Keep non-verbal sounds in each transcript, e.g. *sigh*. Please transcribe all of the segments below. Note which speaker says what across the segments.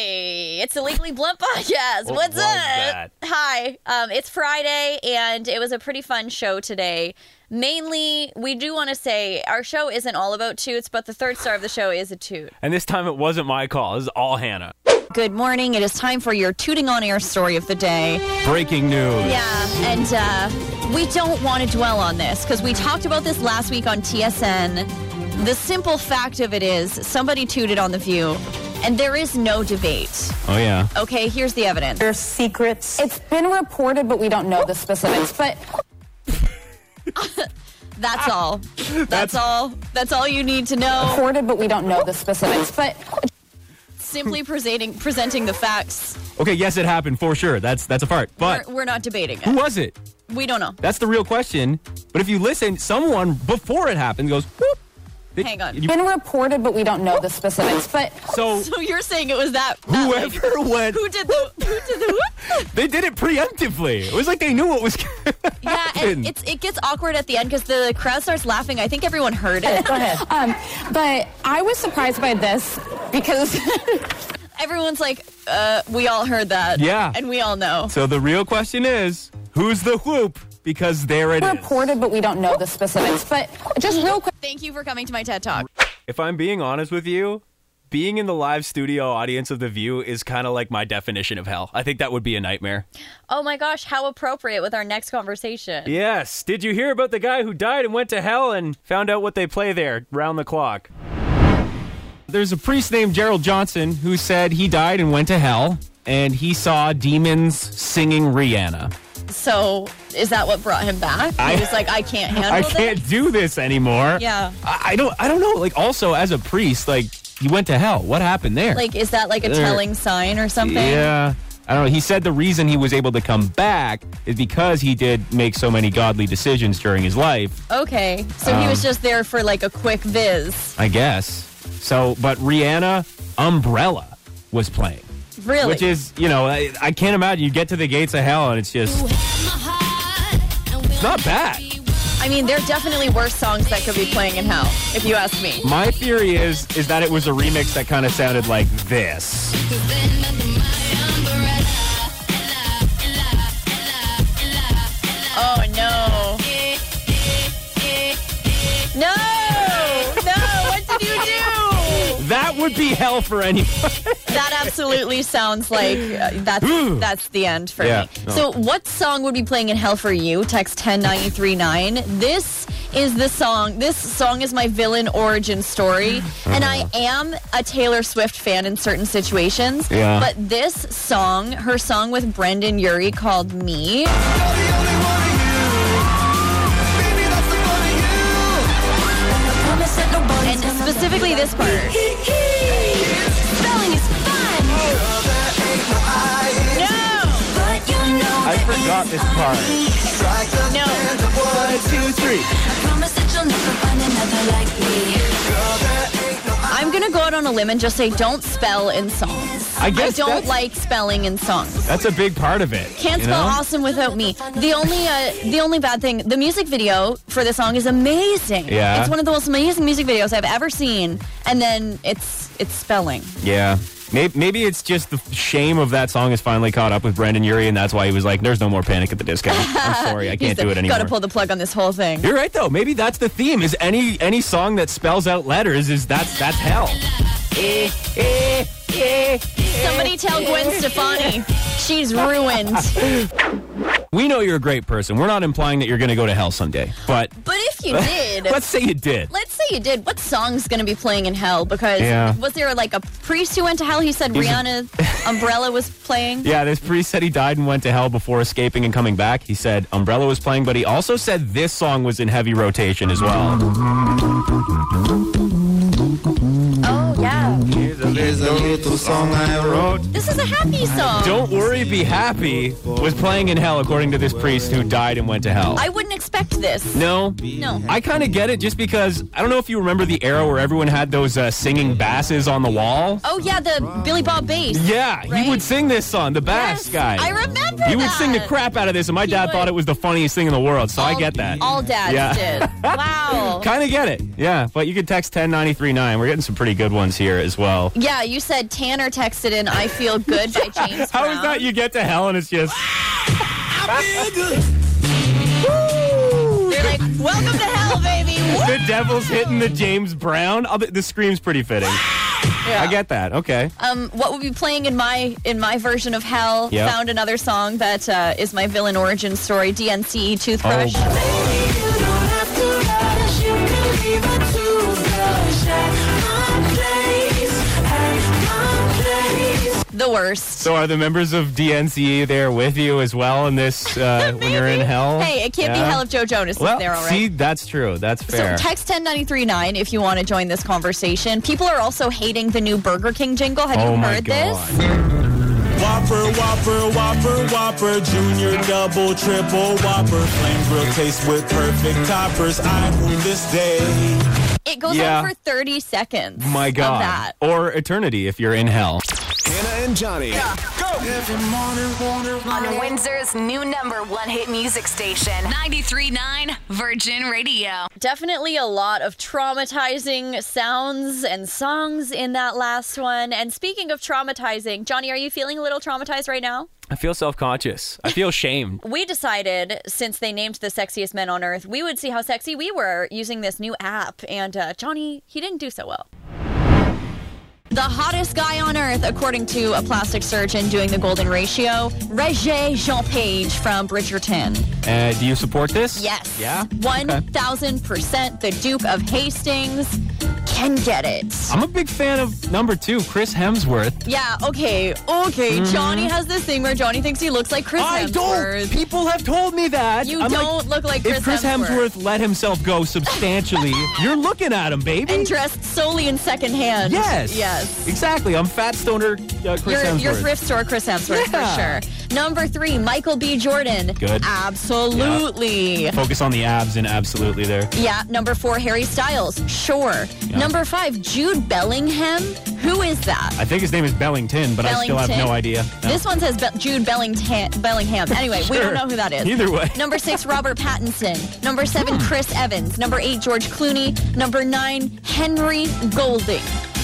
Speaker 1: It's the Legally Blunt podcast.
Speaker 2: What
Speaker 1: What's
Speaker 2: was
Speaker 1: up?
Speaker 2: that?
Speaker 1: Hi. Um, it's Friday, and it was a pretty fun show today. Mainly, we do want to say our show isn't all about toots, but the third star of the show is a toot.
Speaker 2: And this time it wasn't my call. It was all Hannah.
Speaker 1: Good morning. It is time for your tooting on air story of the day.
Speaker 2: Breaking news.
Speaker 1: Yeah, and uh, we don't want to dwell on this because we talked about this last week on TSN. The simple fact of it is, somebody tooted on The View, and there is no debate.
Speaker 2: Oh, yeah.
Speaker 1: Okay, here's the evidence.
Speaker 3: their secrets.
Speaker 4: It's been reported, but we don't know the specifics. But
Speaker 1: *laughs* That's all. That's, all. That's all you need to know.
Speaker 4: reported, but we don't know the specifics. But
Speaker 1: Simply presenting presenting the facts.
Speaker 2: Okay, yes, it happened for sure. That's that's a part. But
Speaker 1: we're, we're not debating
Speaker 2: who
Speaker 1: it.
Speaker 2: was it?
Speaker 1: We don't know.
Speaker 2: That's the real question. But if you listen, someone before it happened goes, whoop. They-
Speaker 1: Hang on.
Speaker 2: you-
Speaker 4: been reported, but we don't know the specifics. But
Speaker 1: *laughs*
Speaker 2: so
Speaker 1: So you're saying it was that? that lady.
Speaker 2: Oh. whoever went,
Speaker 1: who did the? Who did the?
Speaker 2: *laughs*
Speaker 1: Whoop?
Speaker 2: they did it preemptively. It was like they knew what was. *laughs*
Speaker 1: Yeah,
Speaker 2: happened.
Speaker 1: and it's it gets awkward at the end because the crowd starts laughing. I think everyone heard it.
Speaker 2: *laughs*
Speaker 4: go ahead. Um, but I was surprised by this because *laughs*
Speaker 1: Everyone's like, uh, we all heard that.
Speaker 2: Yeah.
Speaker 1: and we all know.
Speaker 2: so the real question is, who's the whoop? Because there it is.
Speaker 4: reported, but we don't know the specifics. But just real quick.
Speaker 1: Thank you for coming to my TED Talk.
Speaker 2: If I'm being honest with you, being in the live studio audience of The View is kind of like my definition of hell. I think that would be a nightmare.
Speaker 1: Oh my gosh, how appropriate with our next conversation.
Speaker 2: Yes. Did you hear about the guy who died and went to hell and found out what they play there round the clock? There's a priest named Gerald Johnson who said he died and went to hell and he saw demons singing Rihanna.
Speaker 1: So is that what brought him back?
Speaker 2: I-
Speaker 1: he was like, I can't handle
Speaker 2: *laughs* I
Speaker 1: this.
Speaker 2: can't do this anymore.
Speaker 1: Yeah.
Speaker 2: I, I don't I don't know. Like also as a priest, like you went to hell. What happened there?
Speaker 1: Like, is that like a
Speaker 2: There.
Speaker 1: telling sign or something?
Speaker 2: Uh, Yeah. I don't know. He said the reason he was able to come back is because he did make so many godly decisions during his life,
Speaker 1: Okay. So he
Speaker 2: Um,
Speaker 1: was just there for like a quick viz.
Speaker 2: I guess. So, but Rihanna Umbrella was playing,
Speaker 1: Really?
Speaker 2: which is, you know, I, I can't imagine you get to the gates of hell and it's just
Speaker 5: It's
Speaker 2: not bad.
Speaker 1: I mean, there definitely were songs that could be playing in hell, if you ask me.
Speaker 2: My theory is is that it was a remix that kind of sounded like this.
Speaker 1: Oh no. No! No! What did you do?
Speaker 2: That would be hell for anyone.
Speaker 1: That absolutely sounds like uh, that's
Speaker 2: Ooh.
Speaker 1: that's the end for
Speaker 2: Yeah,
Speaker 1: me.
Speaker 2: no.
Speaker 1: So, what song would be playing in hell for you? Text 10939. This is the song. This song is my villain origin story, and I
Speaker 2: Uh-huh.
Speaker 1: am a Taylor Swift fan in certain situations.
Speaker 2: Yeah.
Speaker 1: But this song, her song with Brendan Urie called "Me." And specifically this part.
Speaker 5: Spelling is fun,
Speaker 1: No!
Speaker 5: but you know
Speaker 2: I forgot this part.
Speaker 1: No!
Speaker 5: promise that you'll never find another like me.
Speaker 1: I'm gonna go out on a limb and just say don't spell in songs.
Speaker 2: I
Speaker 1: I
Speaker 2: guess
Speaker 1: don't
Speaker 2: that's,
Speaker 1: like spelling in songs.
Speaker 2: that's a big part of it.
Speaker 1: Can't
Speaker 2: you
Speaker 1: spell
Speaker 2: know?
Speaker 1: awesome without me. The only uh, the only bad thing, the music video for the song is amazing.
Speaker 2: Yeah.
Speaker 1: It's one of the most amazing music videos I've ever seen. And then it's it's spelling.
Speaker 2: Yeah. Maybe, maybe it's just the shame of that song has finally caught up with Brandon Urie, and that's why he was like, there's no more Panic at the Disco.
Speaker 1: *laughs*
Speaker 2: I'm sorry, I can't do it anymore.
Speaker 1: Gotta pull the plug on this whole thing.
Speaker 2: You're right, though. Maybe that's the theme is any any song that spells out letters is that's that's hell.
Speaker 1: Somebody tell Gwen Stefani.
Speaker 2: *laughs*
Speaker 1: She's ruined.
Speaker 2: We know you're a great person. We're not implying that you're going to go to hell someday, but
Speaker 1: But if you did
Speaker 2: let's say you did.
Speaker 1: Let's say you did. What song's going to be playing in hell? Because
Speaker 2: Yeah.
Speaker 1: was there like a priest who went to hell? He said
Speaker 2: He's a-
Speaker 1: Rihanna's umbrella was playing.
Speaker 2: Yeah, this priest said he died and went to hell before escaping and coming back. He said Umbrella was playing, but he also said this song was in heavy rotation as well.
Speaker 1: Oh yeah,
Speaker 6: Here's a little song I wrote.
Speaker 1: this is a happy song.
Speaker 2: Don't Worry Be Happy was playing in hell, according to this priest who died and went to hell.
Speaker 1: I wouldn't expect this.
Speaker 2: no.
Speaker 1: No.
Speaker 2: I kind of get it just because I don't know if you remember the era where everyone had those uh, singing basses on the wall.
Speaker 1: Oh yeah, the Billy Bob bass.
Speaker 2: Yeah,
Speaker 1: Right?
Speaker 2: he would sing this song, the bass
Speaker 1: Yes,
Speaker 2: guy.
Speaker 1: I remember.
Speaker 2: He would
Speaker 1: that.
Speaker 2: sing the crap out of this, and my
Speaker 1: He
Speaker 2: dad
Speaker 1: would.
Speaker 2: thought it was the funniest thing in the world, so I
Speaker 1: All-
Speaker 2: get that.
Speaker 1: All dads
Speaker 2: Yeah. *laughs*
Speaker 1: did. Wow.
Speaker 2: Kind of get it. Yeah, but you can text 10939. We're getting some pretty good ones here as well.
Speaker 1: Yeah, you said Tanner texted in "I Feel Good" by James
Speaker 2: *laughs* How
Speaker 1: Brown.
Speaker 2: is that you get to hell and it's just
Speaker 1: You're like, "Welcome to hell,
Speaker 2: *laughs*
Speaker 1: baby." Woo!
Speaker 2: the devil's hitting the James Brown? I'll be- the scream's pretty fitting.
Speaker 1: Yeah.
Speaker 2: I get that. Okay.
Speaker 1: um, what would be playing in my in my version of hell?
Speaker 2: Yeah.
Speaker 1: Found another song that uh, is my villain origin story. DNCE Toothbrush.
Speaker 2: Oh.
Speaker 1: The worst.
Speaker 2: So are the members of DNCE E there with you as well in
Speaker 1: *laughs*
Speaker 2: this uh, when you're in
Speaker 1: Maybe.
Speaker 2: hell?
Speaker 1: Hey, it can't be
Speaker 2: Yeah.
Speaker 1: hell if Joe Jonas
Speaker 2: Well,
Speaker 1: is there, all right?
Speaker 2: see, that's true. That's fair.
Speaker 1: So text 10939 if you want to join this conversation. People are also hating the new Burger King jingle. Have
Speaker 2: Oh
Speaker 1: you
Speaker 2: my
Speaker 1: heard
Speaker 2: God.
Speaker 1: this?
Speaker 3: Whopper, Whopper, Whopper, Whopper, Junior, Double, Triple, Whopper, Flame Grill taste with perfect toppers. I rule this day.
Speaker 1: It goes
Speaker 2: Yeah.
Speaker 1: on for 30 seconds.
Speaker 2: Oh my God.
Speaker 1: Of that.
Speaker 2: Or eternity if you're in hell.
Speaker 3: Hannah and Johnny.
Speaker 7: on Windsor's new number one hit music station,
Speaker 5: 93.9 Virgin Radio.
Speaker 1: Definitely a lot of traumatizing sounds and songs in that last one. And speaking of traumatizing, Johnny, are you feeling a little traumatized right now?
Speaker 2: I feel self-conscious.
Speaker 1: *laughs*
Speaker 2: I feel shamed.
Speaker 1: We decided, since they named the sexiest men on earth, we would see how sexy we were using this new app. And uh, Johnny, he didn't do so well. The hottest guy on earth, according to a plastic surgeon doing the golden ratio, Regé Jean Page from Bridgerton.
Speaker 2: Uh, do you support this?
Speaker 1: Yes.
Speaker 2: Yeah? Okay.
Speaker 1: 1000%. The Duke of Hastings can get it.
Speaker 2: I'm a big fan of number two, Chris Hemsworth.
Speaker 1: Yeah, okay, okay.
Speaker 2: Mm-hmm.
Speaker 1: Johnny has this thing where Johnny thinks he looks like Chris Hemsworth.
Speaker 2: People have told me that.
Speaker 1: You
Speaker 2: I'm like,
Speaker 1: don't look like Chris,
Speaker 2: if Chris Hemsworth. let himself
Speaker 1: *laughs*
Speaker 2: go substantially, you're looking at him, baby.
Speaker 1: And dressed solely in secondhand.
Speaker 2: yes.
Speaker 1: Yes.
Speaker 2: Exactly. I'm fat stoner uh, Chris
Speaker 1: Your,
Speaker 2: Hemsworth.
Speaker 1: your thrift store Chris Hemsworth
Speaker 2: Yeah.
Speaker 1: for sure. Number three, Michael B. Jordan.
Speaker 2: Good.
Speaker 1: Absolutely.
Speaker 2: Focus on the abs and absolutely there.
Speaker 1: Yeah, number four, Harry Styles. Sure. Number five, Jude Bellingham. Who is that?
Speaker 2: I think his name is Bellington, but I still have
Speaker 1: Bellington.
Speaker 2: no idea. No.
Speaker 1: This one says Be- Jude Bellington- Bellingham. Anyway, we
Speaker 2: Sure.
Speaker 1: don't know who that is.
Speaker 2: Either way.
Speaker 1: Number six, Robert Pattinson. Number seven, Chris Evans. Number eight, George Clooney. Number nine, Henry Golding.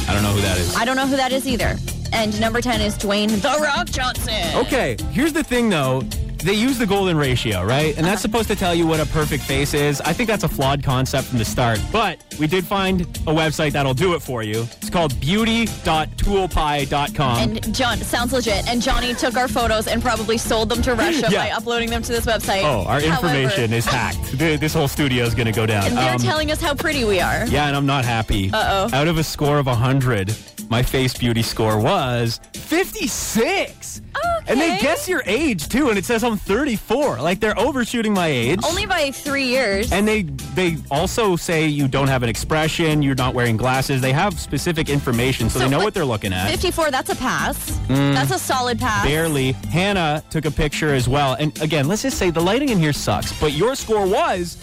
Speaker 2: I don't know who that is.
Speaker 1: I don't know who that is either. And number 10 is Dwayne The Rock Johnson.
Speaker 2: Okay, here's the thing though. They use the golden ratio, right? And
Speaker 1: Uh-huh.
Speaker 2: that's supposed to tell you what a perfect face is. I think that's a flawed concept from the start. But we did find a website that'll do it for you. It's called beauty.toolpie.com.
Speaker 1: And John, sounds legit. And Johnny took our photos and probably sold
Speaker 2: *laughs*
Speaker 1: them to Russia
Speaker 2: Yeah.
Speaker 1: by uploading them to this website.
Speaker 2: oh, our information
Speaker 1: However,
Speaker 2: is hacked. Th- this whole studio is going to go down.
Speaker 1: They're
Speaker 2: Um,
Speaker 1: telling us how pretty we are.
Speaker 2: yeah, and I'm not happy. Uh-oh. Out of a score of 100, my face beauty score was 56. And they
Speaker 1: Okay.
Speaker 2: guess your age too, and it says I'm 34. Like they're overshooting my age.
Speaker 1: Only by three years.
Speaker 2: And they they also say you don't have an expression, you're not wearing glasses. They have specific information,
Speaker 1: So,
Speaker 2: so, they know
Speaker 1: like,
Speaker 2: what they're looking at.
Speaker 1: 54, that's a pass.
Speaker 2: Hmm.
Speaker 1: That's a solid pass.
Speaker 2: Barely. Hannah took a picture as well. And again, let's just say the lighting in here sucks, but your score was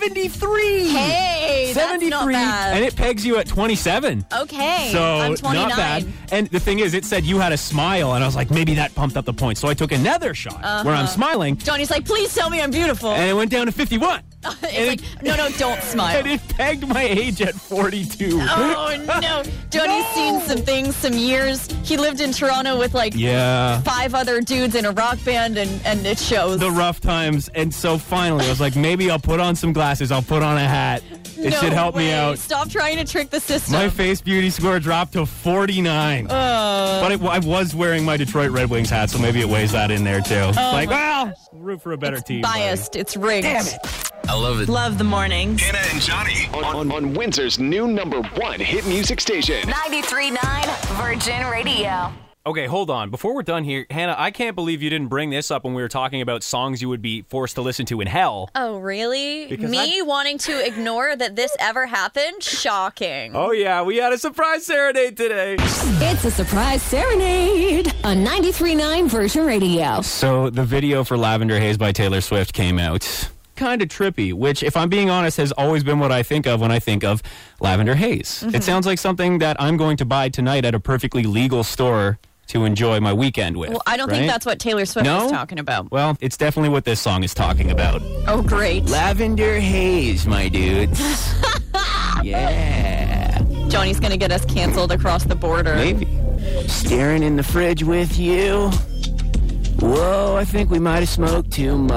Speaker 2: 73.
Speaker 1: Hey, that's not
Speaker 2: 73
Speaker 1: bad.
Speaker 2: and it pegs you at 27.
Speaker 1: Okay.
Speaker 2: So
Speaker 1: I'm 29.
Speaker 2: not bad. And the thing is, it said you had a smile, and I was like, maybe that pumped up the points. So I took another shot where
Speaker 1: Uh-huh.
Speaker 2: I'm smiling,
Speaker 1: Johnny's like, please tell me I'm beautiful.
Speaker 2: and it went down
Speaker 1: *laughs*
Speaker 2: to 51.
Speaker 1: Oh.
Speaker 2: and
Speaker 1: it's
Speaker 2: it-
Speaker 1: like, no, no, don't smile.
Speaker 2: And it pegged my age at 42.
Speaker 1: oh no, Johnny's seen some things, some years. He lived in Toronto with like
Speaker 2: Yeah.
Speaker 1: five other dudes in a rock band, and and it shows.
Speaker 2: The rough times. And so finally, I was like, maybe I'll put on some glasses. I'll put on a hat. It
Speaker 1: No
Speaker 2: should help me
Speaker 1: way.
Speaker 2: out.
Speaker 1: Stop trying to trick the system.
Speaker 2: My face beauty score dropped to 49.
Speaker 1: Oh.
Speaker 2: but it, I was wearing my Detroit Red Wings hat, so maybe it weighs that in there too. like, well, root for a better team. buddy.
Speaker 1: Biased. Oh It's rigged. Damn it.
Speaker 8: Love the mornings.
Speaker 9: Hannah and Johnny.
Speaker 10: on, on, on Windsor's new number one hit music station.
Speaker 7: 93.9 Virgin Radio.
Speaker 11: Okay, hold on. Before we're done here, Hannah, I can't believe you didn't bring this up when we were talking about songs you would be forced to listen to in hell.
Speaker 1: Oh really?
Speaker 11: Because
Speaker 1: me wanting to ignore that this ever happened? Shocking.
Speaker 11: Oh yeah, we had a surprise serenade today.
Speaker 12: It's a surprise serenade on 93.9 Virgin Radio.
Speaker 2: So the video for Lavender Haze by Taylor Swift came out. Kind of trippy, which, if I'm being honest, has always been what I think of when I think of Lavender Haze.
Speaker 1: Mm-hmm.
Speaker 2: It sounds like something that I'm going to buy tonight at a perfectly legal store to enjoy my weekend with.
Speaker 1: Well, I don't think
Speaker 2: right?
Speaker 1: that's what Taylor Swift
Speaker 2: No?
Speaker 1: was talking about.
Speaker 2: Well, it's definitely what this song is talking about.
Speaker 1: Oh great. *laughs*
Speaker 2: Lavender Haze, my dudes. yeah.
Speaker 1: Johnny's going to get us canceled across the border.
Speaker 9: Maybe. Staring in the fridge with you. Whoa, I think we might have smoked too much. *coughs*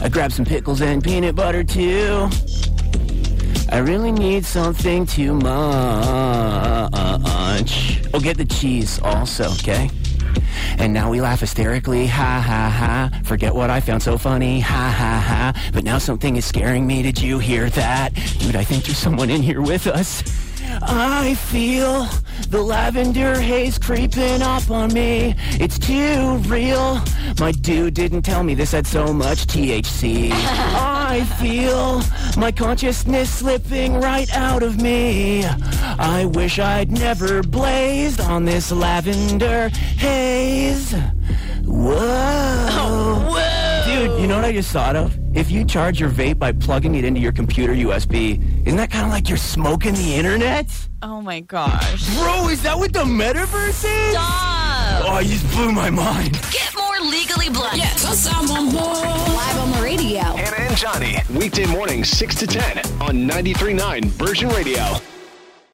Speaker 9: I grabbed some pickles and peanut butter too. I really need something too much. Oh, get the cheese also, okay? And now we laugh hysterically, ha ha ha. Forget what I found so funny, ha ha ha. But now something is scaring me. Did you hear that? Dude, I think there's someone in here with us. I feel the lavender haze creeping up on me. It's too real. My dude didn't tell me this had so much THC. I feel my consciousness slipping right out of me. I wish I'd never blazed on this lavender haze. Whoa. Dude, you know what I just thought of? If you charge your vape by plugging it into your computer USB, isn't that kind of like you're smoking the internet?
Speaker 1: Oh my gosh.
Speaker 9: Bro, is that what the metaverse is?
Speaker 1: Stop.
Speaker 9: Oh, you just blew my mind.
Speaker 5: Get more legally blunt.
Speaker 12: Yes, I'm on board. Live on the radio.
Speaker 10: Hannah and Johnny, weekday mornings 6 to 10 on 93.9 Virgin Radio.